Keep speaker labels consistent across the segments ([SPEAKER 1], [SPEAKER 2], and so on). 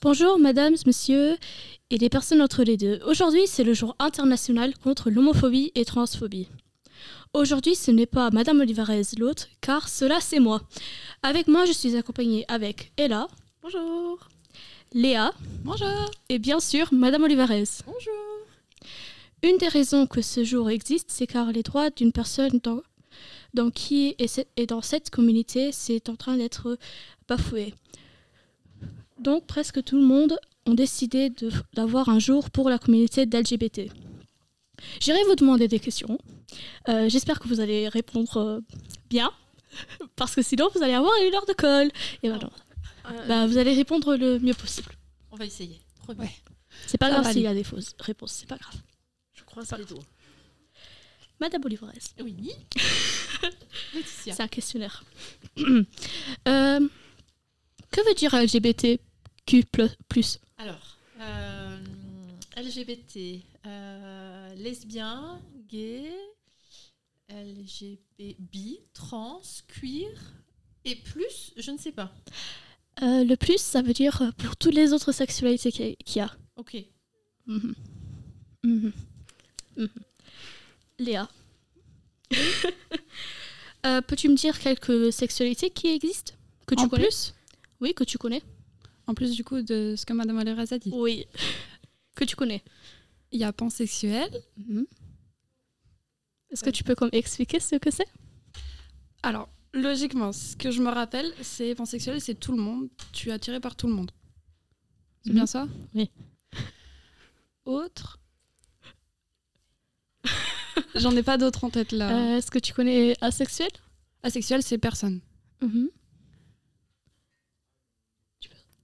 [SPEAKER 1] Bonjour, madame, monsieur et les personnes entre les deux. Aujourd'hui, c'est le jour international contre l'homophobie et transphobie. Aujourd'hui, ce n'est pas madame Olivarez l'autre, car cela c'est moi. Avec moi, je suis accompagnée avec Ella,
[SPEAKER 2] Bonjour.
[SPEAKER 1] Léa
[SPEAKER 2] Bonjour.
[SPEAKER 1] et bien sûr madame Olivarez.
[SPEAKER 2] Bonjour.
[SPEAKER 1] Une des raisons que ce jour existe, c'est car les droits d'une personne dans, dans qui et, ce- et dans cette communauté, c'est en train d'être bafoué. Donc presque tout le monde ont décidé de- d'avoir un jour pour la communauté d'LGBT. J'irai vous demander des questions. Euh, J'espère que vous allez répondre euh, bien, parce que sinon vous allez avoir une heure de colle. Et ben non. Bah, vous allez répondre le mieux possible.
[SPEAKER 2] on va essayer. Promis.
[SPEAKER 3] Ouais.
[SPEAKER 1] C'est pas
[SPEAKER 3] Ça
[SPEAKER 1] grave
[SPEAKER 3] va
[SPEAKER 1] s'il y a des fausses réponses, c'est pas grave.
[SPEAKER 2] Je croise les doigts.
[SPEAKER 1] Madame Olivarez.
[SPEAKER 2] Oui. Laetitia.
[SPEAKER 1] C'est un questionnaire. Euh, que veut dire LGBTQ plus
[SPEAKER 2] Alors, euh, LGBT, euh, lesbien, gay, LGBT, bi, trans, queer et plus, je ne sais pas.
[SPEAKER 1] Euh, Le plus, ça veut dire euh, pour toutes les autres sexualités qu'il y a- qu'il y a.
[SPEAKER 2] Ok.
[SPEAKER 1] Mhm. Mhm. Mhm. Léa. Euh, Peux-tu me dire quelques sexualités qui existent Que tu
[SPEAKER 3] En
[SPEAKER 1] connais
[SPEAKER 3] plus,
[SPEAKER 1] Oui, que tu connais.
[SPEAKER 3] en plus du coup de ce que Madame Olerez a dit,
[SPEAKER 1] Oui. que tu connais.
[SPEAKER 3] il y a pansexuel.
[SPEAKER 1] Mhm. Est-ce que tu peux comme expliquer ce que c'est
[SPEAKER 3] Alors, logiquement, ce que je me rappelle, c'est pansexuel, c'est tout le monde. Tu es attiré par tout le monde. C'est
[SPEAKER 1] Mhm.
[SPEAKER 3] bien ça
[SPEAKER 1] Oui.
[SPEAKER 3] Autre J'en ai pas d'autres en tête
[SPEAKER 2] Ah.
[SPEAKER 3] là.
[SPEAKER 1] Euh, Est-ce que tu connais asexuel
[SPEAKER 3] Asexuel, c'est personne.
[SPEAKER 2] Mm-hmm.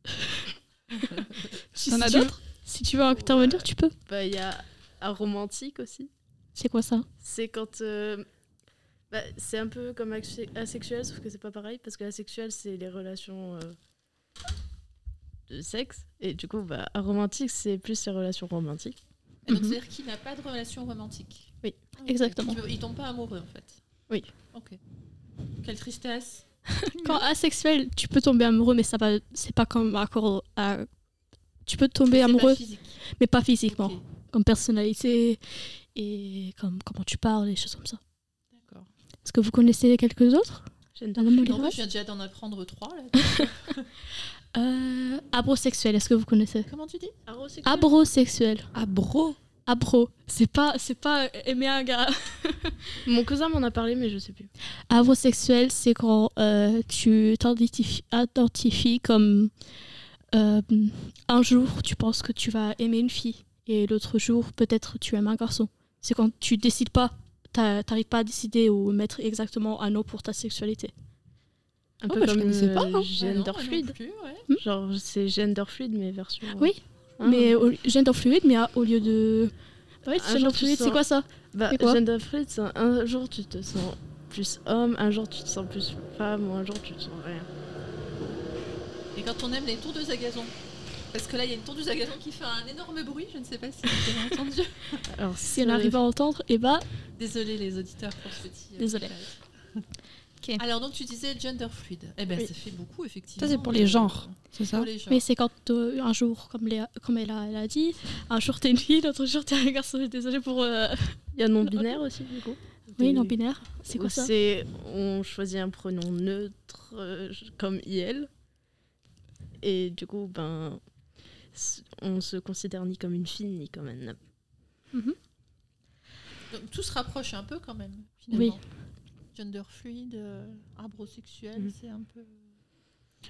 [SPEAKER 1] Mhm. Si-
[SPEAKER 3] T'en
[SPEAKER 1] si
[SPEAKER 3] as
[SPEAKER 1] tu veux-
[SPEAKER 3] d'autres
[SPEAKER 1] Si tu veux intervenir, tu peux.
[SPEAKER 4] Bah, il y a aromantique aussi.
[SPEAKER 1] C'est quoi ça
[SPEAKER 4] C'est quand. euh, bah, c'est un peu comme axe- asexuel, sauf que c'est pas pareil, parce que asexuel, c'est les relations euh, de sexe. Et du coup, bah, aromantique, c'est plus les relations romantiques.
[SPEAKER 2] Et Donc,
[SPEAKER 1] Mhm.
[SPEAKER 2] c'est-à-dire qu'il n'a pas de relation romantique.
[SPEAKER 4] Oui,
[SPEAKER 2] Ah, ok.
[SPEAKER 1] exactement.
[SPEAKER 2] Il veut- Il tombe pas amoureux, en fait.
[SPEAKER 4] Oui.
[SPEAKER 2] Ok. Quelle tristesse.
[SPEAKER 1] Quand asexuel, tu peux tomber amoureux, mais ça va, c'est pas comme accord à. Tu peux tomber
[SPEAKER 2] C'est pas
[SPEAKER 1] amoureux,
[SPEAKER 2] physique.
[SPEAKER 1] mais pas physiquement,
[SPEAKER 2] Ok,
[SPEAKER 1] comme personnalité et comme comment tu parles, des choses comme ça.
[SPEAKER 2] D'accord.
[SPEAKER 1] Est-ce que vous connaissez quelques autres
[SPEAKER 4] Je ne
[SPEAKER 1] Madame
[SPEAKER 2] Non, mais
[SPEAKER 1] Olivares
[SPEAKER 2] je viens déjà d'en apprendre trois, là.
[SPEAKER 1] Euh, Abrosexuel, est-ce que vous connaissez
[SPEAKER 2] Comment tu dis
[SPEAKER 4] Arosexuel
[SPEAKER 1] Abrosexuel.
[SPEAKER 3] Ah, bro
[SPEAKER 1] Abro. C'est pas, c'est pas euh, aimer un gars.
[SPEAKER 4] Mon cousin m'en a parlé, mais je sais plus.
[SPEAKER 1] Avrosexuel, c'est quand euh, tu t'identifies identifies comme euh, un jour tu penses que tu vas aimer une fille et l'autre jour peut-être tu aimes un garçon. C'est quand tu décides pas, t'a- t'arrives pas à décider ou mettre exactement un nom pour ta sexualité.
[SPEAKER 4] Un
[SPEAKER 3] Oh,
[SPEAKER 4] peu
[SPEAKER 3] bah, je
[SPEAKER 4] comme
[SPEAKER 3] connaissais pas,
[SPEAKER 4] euh,
[SPEAKER 3] hein.
[SPEAKER 2] Ah, bah,
[SPEAKER 4] gender fluide. Genre, c'est gender fluide, mais version. euh,
[SPEAKER 1] Oui,
[SPEAKER 4] hein.
[SPEAKER 1] Mais au- gender fluide, mais à- au lieu de ouais,
[SPEAKER 4] Un
[SPEAKER 1] gender
[SPEAKER 4] jour, tu
[SPEAKER 1] fluide, c'est
[SPEAKER 4] sens-
[SPEAKER 1] quoi ça
[SPEAKER 4] Bah,
[SPEAKER 1] C'est quoi
[SPEAKER 4] gender fluid, c'est un, un jour tu te sens plus homme, un jour tu te sens plus femme, ou un jour tu te sens rien.
[SPEAKER 2] Et quand on aime les tondeuses à gazon Parce que là, il y a une tondeuse à gazon qui fait un énorme bruit, je ne sais pas si vous avez entendu.
[SPEAKER 4] Alors,
[SPEAKER 1] Si on arrive à entendre, et bah
[SPEAKER 2] Désolée les auditeurs pour ce petit. euh,
[SPEAKER 1] Désolée.
[SPEAKER 2] détail. Alors donc tu disais gender fluide. Eh ben ça fait beaucoup effectivement.
[SPEAKER 3] Ça, c'est pour les genres, hein. c'est
[SPEAKER 2] Pour
[SPEAKER 3] ça
[SPEAKER 2] les genres.
[SPEAKER 1] Mais c'est quand euh, un jour, comme, Léa- comme elle, a, elle a dit, un jour t'es une fille, l'autre jour t'es un garçon. Désolée pour. euh,
[SPEAKER 4] Il y a non-binaire aussi, du coup.
[SPEAKER 1] Oui,
[SPEAKER 4] Des-
[SPEAKER 1] non binaire. C'est
[SPEAKER 4] où
[SPEAKER 1] quoi ça
[SPEAKER 4] C'est on choisit un pronom neutre euh, comme IL. Et du coup, ben, s- on se considère ni comme une fille ni comme un homme.
[SPEAKER 2] Donc, tout se rapproche un peu quand même. Finalement.
[SPEAKER 1] Oui.
[SPEAKER 2] Gender fluide, euh, arbre sexuel,
[SPEAKER 1] Mm.
[SPEAKER 4] Mhm.
[SPEAKER 2] c'est un peu.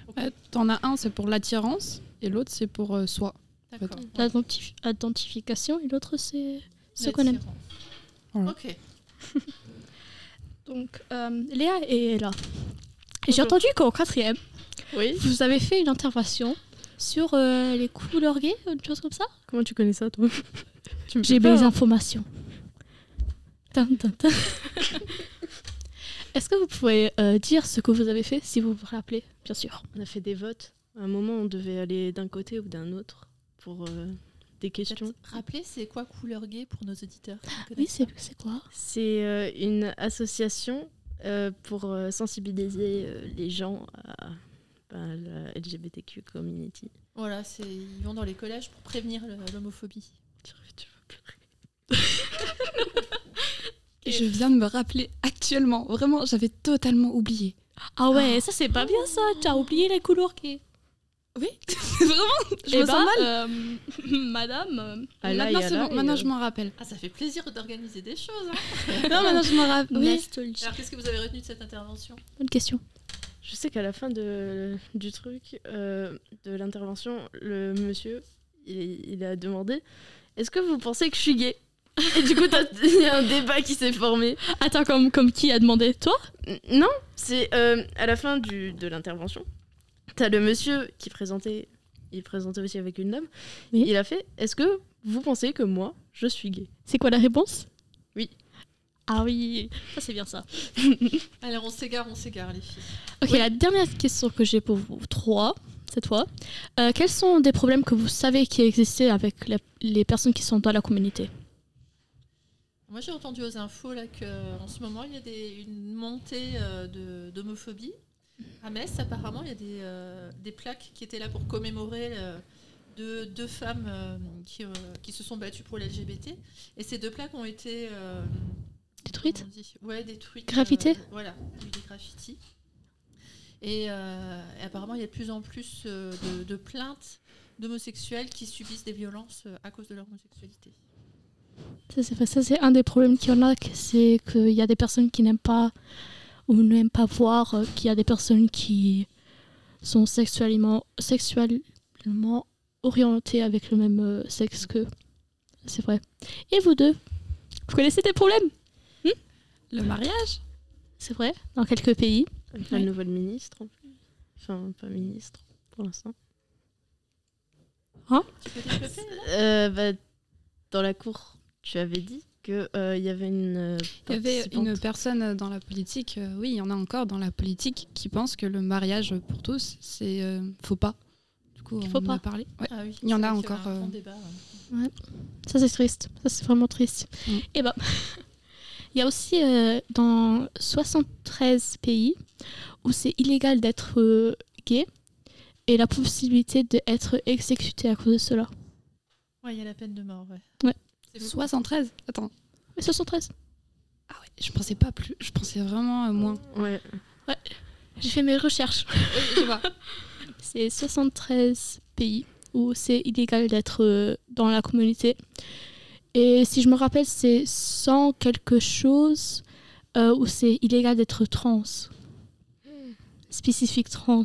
[SPEAKER 2] Ok,
[SPEAKER 3] Ouais, T'en as un, c'est pour l'attirance, et l'autre, c'est pour euh, soi.
[SPEAKER 2] D'accord. Ouais.
[SPEAKER 1] L'identifi- L'identification et l'autre c'est ce qu'on aime.
[SPEAKER 2] L'attirance.
[SPEAKER 3] Voilà.
[SPEAKER 2] Ok.
[SPEAKER 1] Donc euh, Léa est là. Et J'ai entendu qu'en quatrième,
[SPEAKER 4] Oui.
[SPEAKER 1] vous avez fait une intervention sur euh, les couleurs gays, une chose comme ça
[SPEAKER 4] Comment tu connais ça, toi Tu me fais
[SPEAKER 1] J'ai
[SPEAKER 4] peur,
[SPEAKER 1] mes
[SPEAKER 4] hein.
[SPEAKER 1] informations. Tin, tin, tin. Est-ce que vous pouvez euh, dire ce que vous avez fait, si vous vous rappelez, bien sûr
[SPEAKER 4] On a fait des votes. À un moment, on devait aller d'un côté ou d'un autre pour euh, des questions.
[SPEAKER 2] Peut-être Rappeler c'est quoi couleur gay pour nos auditeurs qui ne
[SPEAKER 1] Oui,
[SPEAKER 2] connaissent
[SPEAKER 1] c'est c'est quoi
[SPEAKER 4] C'est euh, une association euh, pour euh, sensibiliser euh, les gens à, enfin, la LGBTQ community.
[SPEAKER 2] Voilà, c'est- ils vont dans les collèges pour prévenir le- l'homophobie.
[SPEAKER 4] Tu vas pleurer.
[SPEAKER 3] Et je viens de me rappeler actuellement. Vraiment, j'avais totalement oublié.
[SPEAKER 1] Ah ouais, ça c'est pas bien ça. T'as oublié les couleurs qui.
[SPEAKER 3] Oui, vraiment, je
[SPEAKER 1] Eh
[SPEAKER 3] me sens
[SPEAKER 1] ben,
[SPEAKER 3] mal.
[SPEAKER 1] euh, madame. euh,
[SPEAKER 4] Ah là,
[SPEAKER 3] maintenant,
[SPEAKER 4] il y a
[SPEAKER 3] c'est
[SPEAKER 4] là,
[SPEAKER 3] bon.
[SPEAKER 4] et,
[SPEAKER 3] Maintenant,
[SPEAKER 4] euh,
[SPEAKER 3] je m'en rappelle.
[SPEAKER 2] Ah, ça fait plaisir d'organiser des choses. hein.
[SPEAKER 3] Non, maintenant, je m'en rappelle. Oui.
[SPEAKER 1] Nostalgie.
[SPEAKER 2] Alors, qu'est-ce que vous avez retenu de cette intervention
[SPEAKER 1] Bonne question.
[SPEAKER 4] Je sais qu'à la fin de, du truc, euh, de l'intervention, le monsieur, il, il a demandé Est-ce que vous pensez que je suis gay Et du coup, t'as- il y a un débat qui s'est formé.
[SPEAKER 1] Attends, comme, comme qui a demandé Toi
[SPEAKER 4] N- Non, c'est euh, à la fin du, de l'intervention, t'as le monsieur qui présentait, il présentait aussi avec une dame,
[SPEAKER 1] Oui.
[SPEAKER 4] il a fait Est-ce que vous pensez que moi, je suis gay
[SPEAKER 1] C'est quoi la réponse
[SPEAKER 4] Oui.
[SPEAKER 1] Ah oui, ça c'est bien ça.
[SPEAKER 2] Alors, on s'égare, on s'égare, les filles.
[SPEAKER 1] Ok, la dernière question que j'ai pour vous trois, cette fois. Euh, quels sont des problèmes que vous savez qui existaient avec la- les personnes qui sont dans la communauté
[SPEAKER 2] Moi, j'ai entendu aux infos là qu'en ce moment, il y a des- une montée euh, de- d'homophobie. À Metz, apparemment, il y a des, euh, des plaques qui étaient là pour commémorer euh, deux, deux femmes euh, qui, euh, qui se sont battues pour l'LGBT. Et ces deux plaques ont été euh,
[SPEAKER 1] Détruites
[SPEAKER 2] comment on dit Ouais, détruites.
[SPEAKER 1] Graffitées
[SPEAKER 2] euh, Voilà, il y a eu des graffitis. Et, euh, et apparemment, il y a de plus en plus euh, de, de plaintes d'homosexuels qui subissent des violences euh, à cause de leur homosexualité.
[SPEAKER 1] Ça, c'est ça, c'est un des problèmes qu'il y en a, que- c'est qu'il y a des personnes qui n'aiment pas ou n'aiment pas voir euh, qu'il y a des personnes qui sont sexuellement, sexuellement orientées avec le même euh, sexe qu'eux. C'est vrai. Et vous deux Vous connaissez des problèmes
[SPEAKER 3] Le mariage
[SPEAKER 1] C'est vrai Dans quelques pays
[SPEAKER 4] Avec la nouvelle ministre, en plus. Enfin, pas ministre, pour l'instant.
[SPEAKER 2] Tu peux développer
[SPEAKER 4] Euh, bah, dans la cour, tu avais dit qu'il y avait une. euh,
[SPEAKER 3] Il y avait
[SPEAKER 4] participante.
[SPEAKER 3] une personne dans la politique, euh, oui, il y en a encore dans la politique, qui pense que le mariage pour tous, c'est euh, faux pas. Du coup,
[SPEAKER 1] Qu'il
[SPEAKER 3] on
[SPEAKER 1] faut
[SPEAKER 3] en
[SPEAKER 1] pas.
[SPEAKER 3] a parlé. Ouais.
[SPEAKER 2] Ah oui,
[SPEAKER 3] Il y en
[SPEAKER 2] c'est
[SPEAKER 3] a
[SPEAKER 2] vrai qu'il
[SPEAKER 3] encore,
[SPEAKER 2] un grand
[SPEAKER 3] euh,
[SPEAKER 2] débat, ouais.
[SPEAKER 1] Ça, c'est triste. Ça, c'est vraiment triste.
[SPEAKER 3] Mm.
[SPEAKER 1] Et ben, il y a aussi euh, dans 73 pays où c'est illégal d'être euh, gay et la possibilité d'être exécuté à cause de cela.
[SPEAKER 2] Ouais, il y a la peine de mort, ouais.
[SPEAKER 1] Ouais.
[SPEAKER 2] C'est beaucoup.
[SPEAKER 3] 73 Attends.
[SPEAKER 1] Mais 73
[SPEAKER 3] Ah ouais, je pensais pas plus, je pensais vraiment euh, moins.
[SPEAKER 4] Ouais.
[SPEAKER 1] J'ai fait mes recherches.
[SPEAKER 3] Oui, je vois.
[SPEAKER 1] C'est 73 pays où c'est illégal d'être euh, dans la communauté. Et si je me rappelle, c'est 100 quelque chose euh, où c'est illégal d'être trans.
[SPEAKER 3] Hmm.
[SPEAKER 1] Spécifique trans.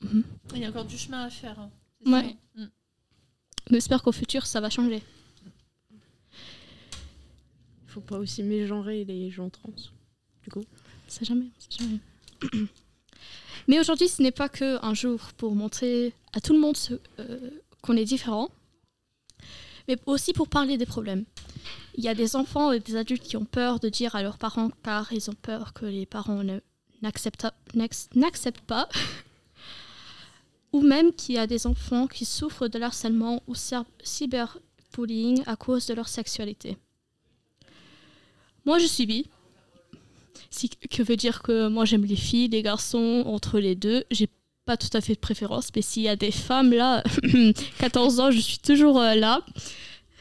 [SPEAKER 2] Il y a encore du chemin à faire. hein. C'est
[SPEAKER 1] Ouais.
[SPEAKER 2] sûr. Mm.
[SPEAKER 1] Mais j'espère qu'au futur, ça va changer.
[SPEAKER 4] Faut pas aussi mégenrer les gens trans.
[SPEAKER 1] Ça jamais. ça jamais. Mais aujourd'hui, ce n'est pas que un jour pour montrer à tout le monde ce- euh, qu'on est différent, mais aussi pour parler des problèmes. Il y a des enfants et des adultes qui ont peur de dire à leurs parents car ils ont peur que les parents ne- n'acceptent n'ex- n'acceptent pas. ou même qu'il y a des enfants qui souffrent de harcèlement ou cyber- cyberbullying à cause de leur sexualité. Moi, je suis bi. Si- que veut dire que moi j'aime les filles, les garçons, entre les deux, j'ai pas tout à fait de préférence, mais s'il y a des femmes là, 14 ans, je suis toujours euh, là,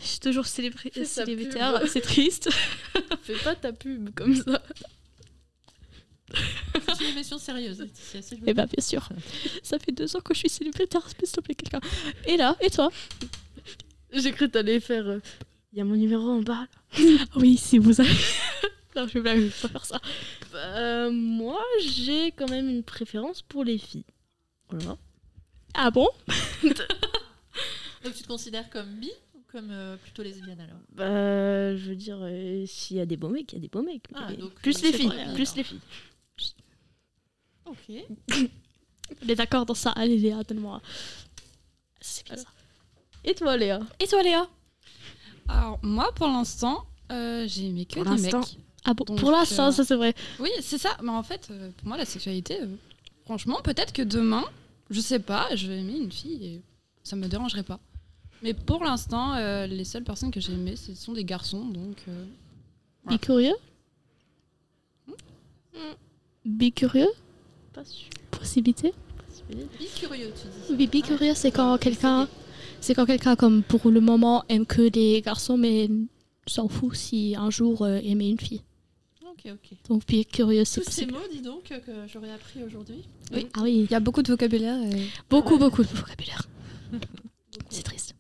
[SPEAKER 1] je suis toujours célébri-
[SPEAKER 4] Fais sa
[SPEAKER 1] célibataire,
[SPEAKER 4] pub.
[SPEAKER 1] c'est triste.
[SPEAKER 4] Fais pas ta pub comme ça.
[SPEAKER 2] C'est une émission sérieuse. Laetitia, s'il vous
[SPEAKER 1] Eh
[SPEAKER 2] plaît.
[SPEAKER 1] ben bien sûr. Ça fait deux ans que je suis célibataire, s'il te plaît quelqu'un. Et là, et toi
[SPEAKER 4] J'ai cru t'allais faire. Il y a mon numéro en bas. là.
[SPEAKER 1] Oui, si vous avez. non, je blague, je vais pas faire ça.
[SPEAKER 4] Bah, moi, j'ai quand même une préférence pour les filles. Voilà.
[SPEAKER 1] Ah bon
[SPEAKER 2] Donc tu te considères comme bi ou comme euh, plutôt lesbienne alors
[SPEAKER 4] Bah, je veux dire, euh, s'il y a des beaux mecs, il y a des beaux mecs.
[SPEAKER 2] Ah,
[SPEAKER 4] Mais
[SPEAKER 2] donc,
[SPEAKER 4] plus
[SPEAKER 2] euh,
[SPEAKER 4] les
[SPEAKER 2] c'est
[SPEAKER 4] filles.
[SPEAKER 2] vrai,
[SPEAKER 4] Plus
[SPEAKER 2] alors.
[SPEAKER 4] les filles.
[SPEAKER 2] Ok.
[SPEAKER 1] On est d'accord dans ça. Allez Léa, donne-moi. C'est bien ça.
[SPEAKER 4] Et toi, Léa
[SPEAKER 1] Et toi Léa
[SPEAKER 3] Alors, moi, pour l'instant, euh, j'ai aimé que
[SPEAKER 4] Pour
[SPEAKER 3] des
[SPEAKER 4] l'instant.
[SPEAKER 3] mecs.
[SPEAKER 1] Ah bon,
[SPEAKER 3] Donc,
[SPEAKER 1] pour l'instant,
[SPEAKER 3] euh,
[SPEAKER 1] ça c'est vrai.
[SPEAKER 3] Oui, c'est ça. Mais en fait, euh, pour moi, la sexualité, euh, franchement, peut-être que demain, je sais pas, je vais aimer une fille et ça me dérangerait pas. Mais pour l'instant, euh, les seules personnes que j'ai aimées, ce sont des garçons, donc. euh, ouais.
[SPEAKER 1] Bicurieux Bicurieux
[SPEAKER 4] Pas sûr.
[SPEAKER 1] Hmm. possibilité.
[SPEAKER 2] Bicurieux, tu dis.
[SPEAKER 1] Oui, bicurieux, c'est quand quelqu'un, c'est quand quelqu'un comme pour le moment aime que les garçons, mais s'en fout si un jour euh, aimait une fille.
[SPEAKER 2] Ok, ok.
[SPEAKER 1] Donc bicurieux, c'est
[SPEAKER 2] Tous ces
[SPEAKER 1] possible.
[SPEAKER 2] mots, dis donc, euh, que j'aurais appris aujourd'hui.
[SPEAKER 1] Ah oui,
[SPEAKER 3] Il y a beaucoup de vocabulaire. et-
[SPEAKER 1] beaucoup, beaucoup de vocabulaire. c'est triste.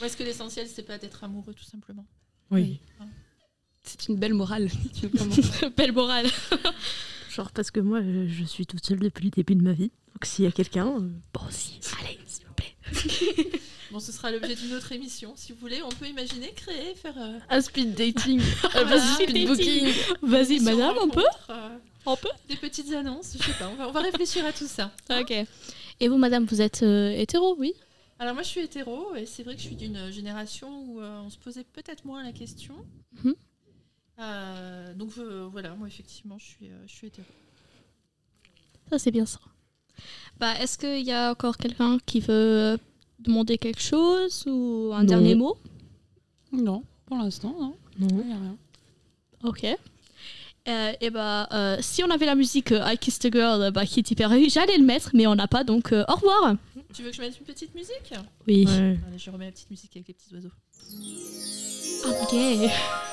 [SPEAKER 2] Ou est-ce que l'essentiel, c'est pas d'être amoureux, tout simplement
[SPEAKER 3] Oui. C'est une belle morale. Tu veux comment
[SPEAKER 1] Belle morale.
[SPEAKER 5] Genre parce que moi, je, je suis toute seule depuis le début de ma vie. Donc s'il y a quelqu'un, euh,
[SPEAKER 1] Bon, si, allez, s'il vous plaît.
[SPEAKER 2] Bon, ce sera l'objet d'une autre émission. Si vous voulez, on peut imaginer, créer, faire. euh,
[SPEAKER 4] Un speed dating.
[SPEAKER 2] Ah, vas-y,
[SPEAKER 4] speed booking.
[SPEAKER 1] Vas-y,
[SPEAKER 2] si on
[SPEAKER 1] madame, on peut
[SPEAKER 2] rencontre, euh,
[SPEAKER 1] On peut
[SPEAKER 2] Des petites annonces, je sais pas. On va, on va réfléchir à tout ça.
[SPEAKER 1] Ok. Et vous, madame, vous êtes euh, hétéro, oui
[SPEAKER 2] Alors moi je suis hétéro et c'est vrai que je suis d'une génération où euh, on se posait peut-être moins la question.
[SPEAKER 1] Mhm.
[SPEAKER 2] Euh, donc euh, voilà, moi effectivement je suis, euh, je suis hétéro.
[SPEAKER 1] Ça, c'est bien ça. Bah, est-ce qu'il y a encore quelqu'un qui veut euh, demander quelque chose ou un
[SPEAKER 5] Non.
[SPEAKER 1] dernier mot
[SPEAKER 3] Non, pour l'instant, non.
[SPEAKER 5] non.
[SPEAKER 3] Il y a rien.
[SPEAKER 1] Ok. Euh, et bah, euh, si on avait la musique euh, I Kissed a Girl, euh, bah, Kitty Perry, j'allais le mettre, mais on n'a pas, donc euh, au revoir
[SPEAKER 2] Tu veux que je mette une petite musique
[SPEAKER 1] Oui.
[SPEAKER 5] Ouais.
[SPEAKER 2] Allez, je remets la petite musique avec les petits oiseaux.
[SPEAKER 1] Ok.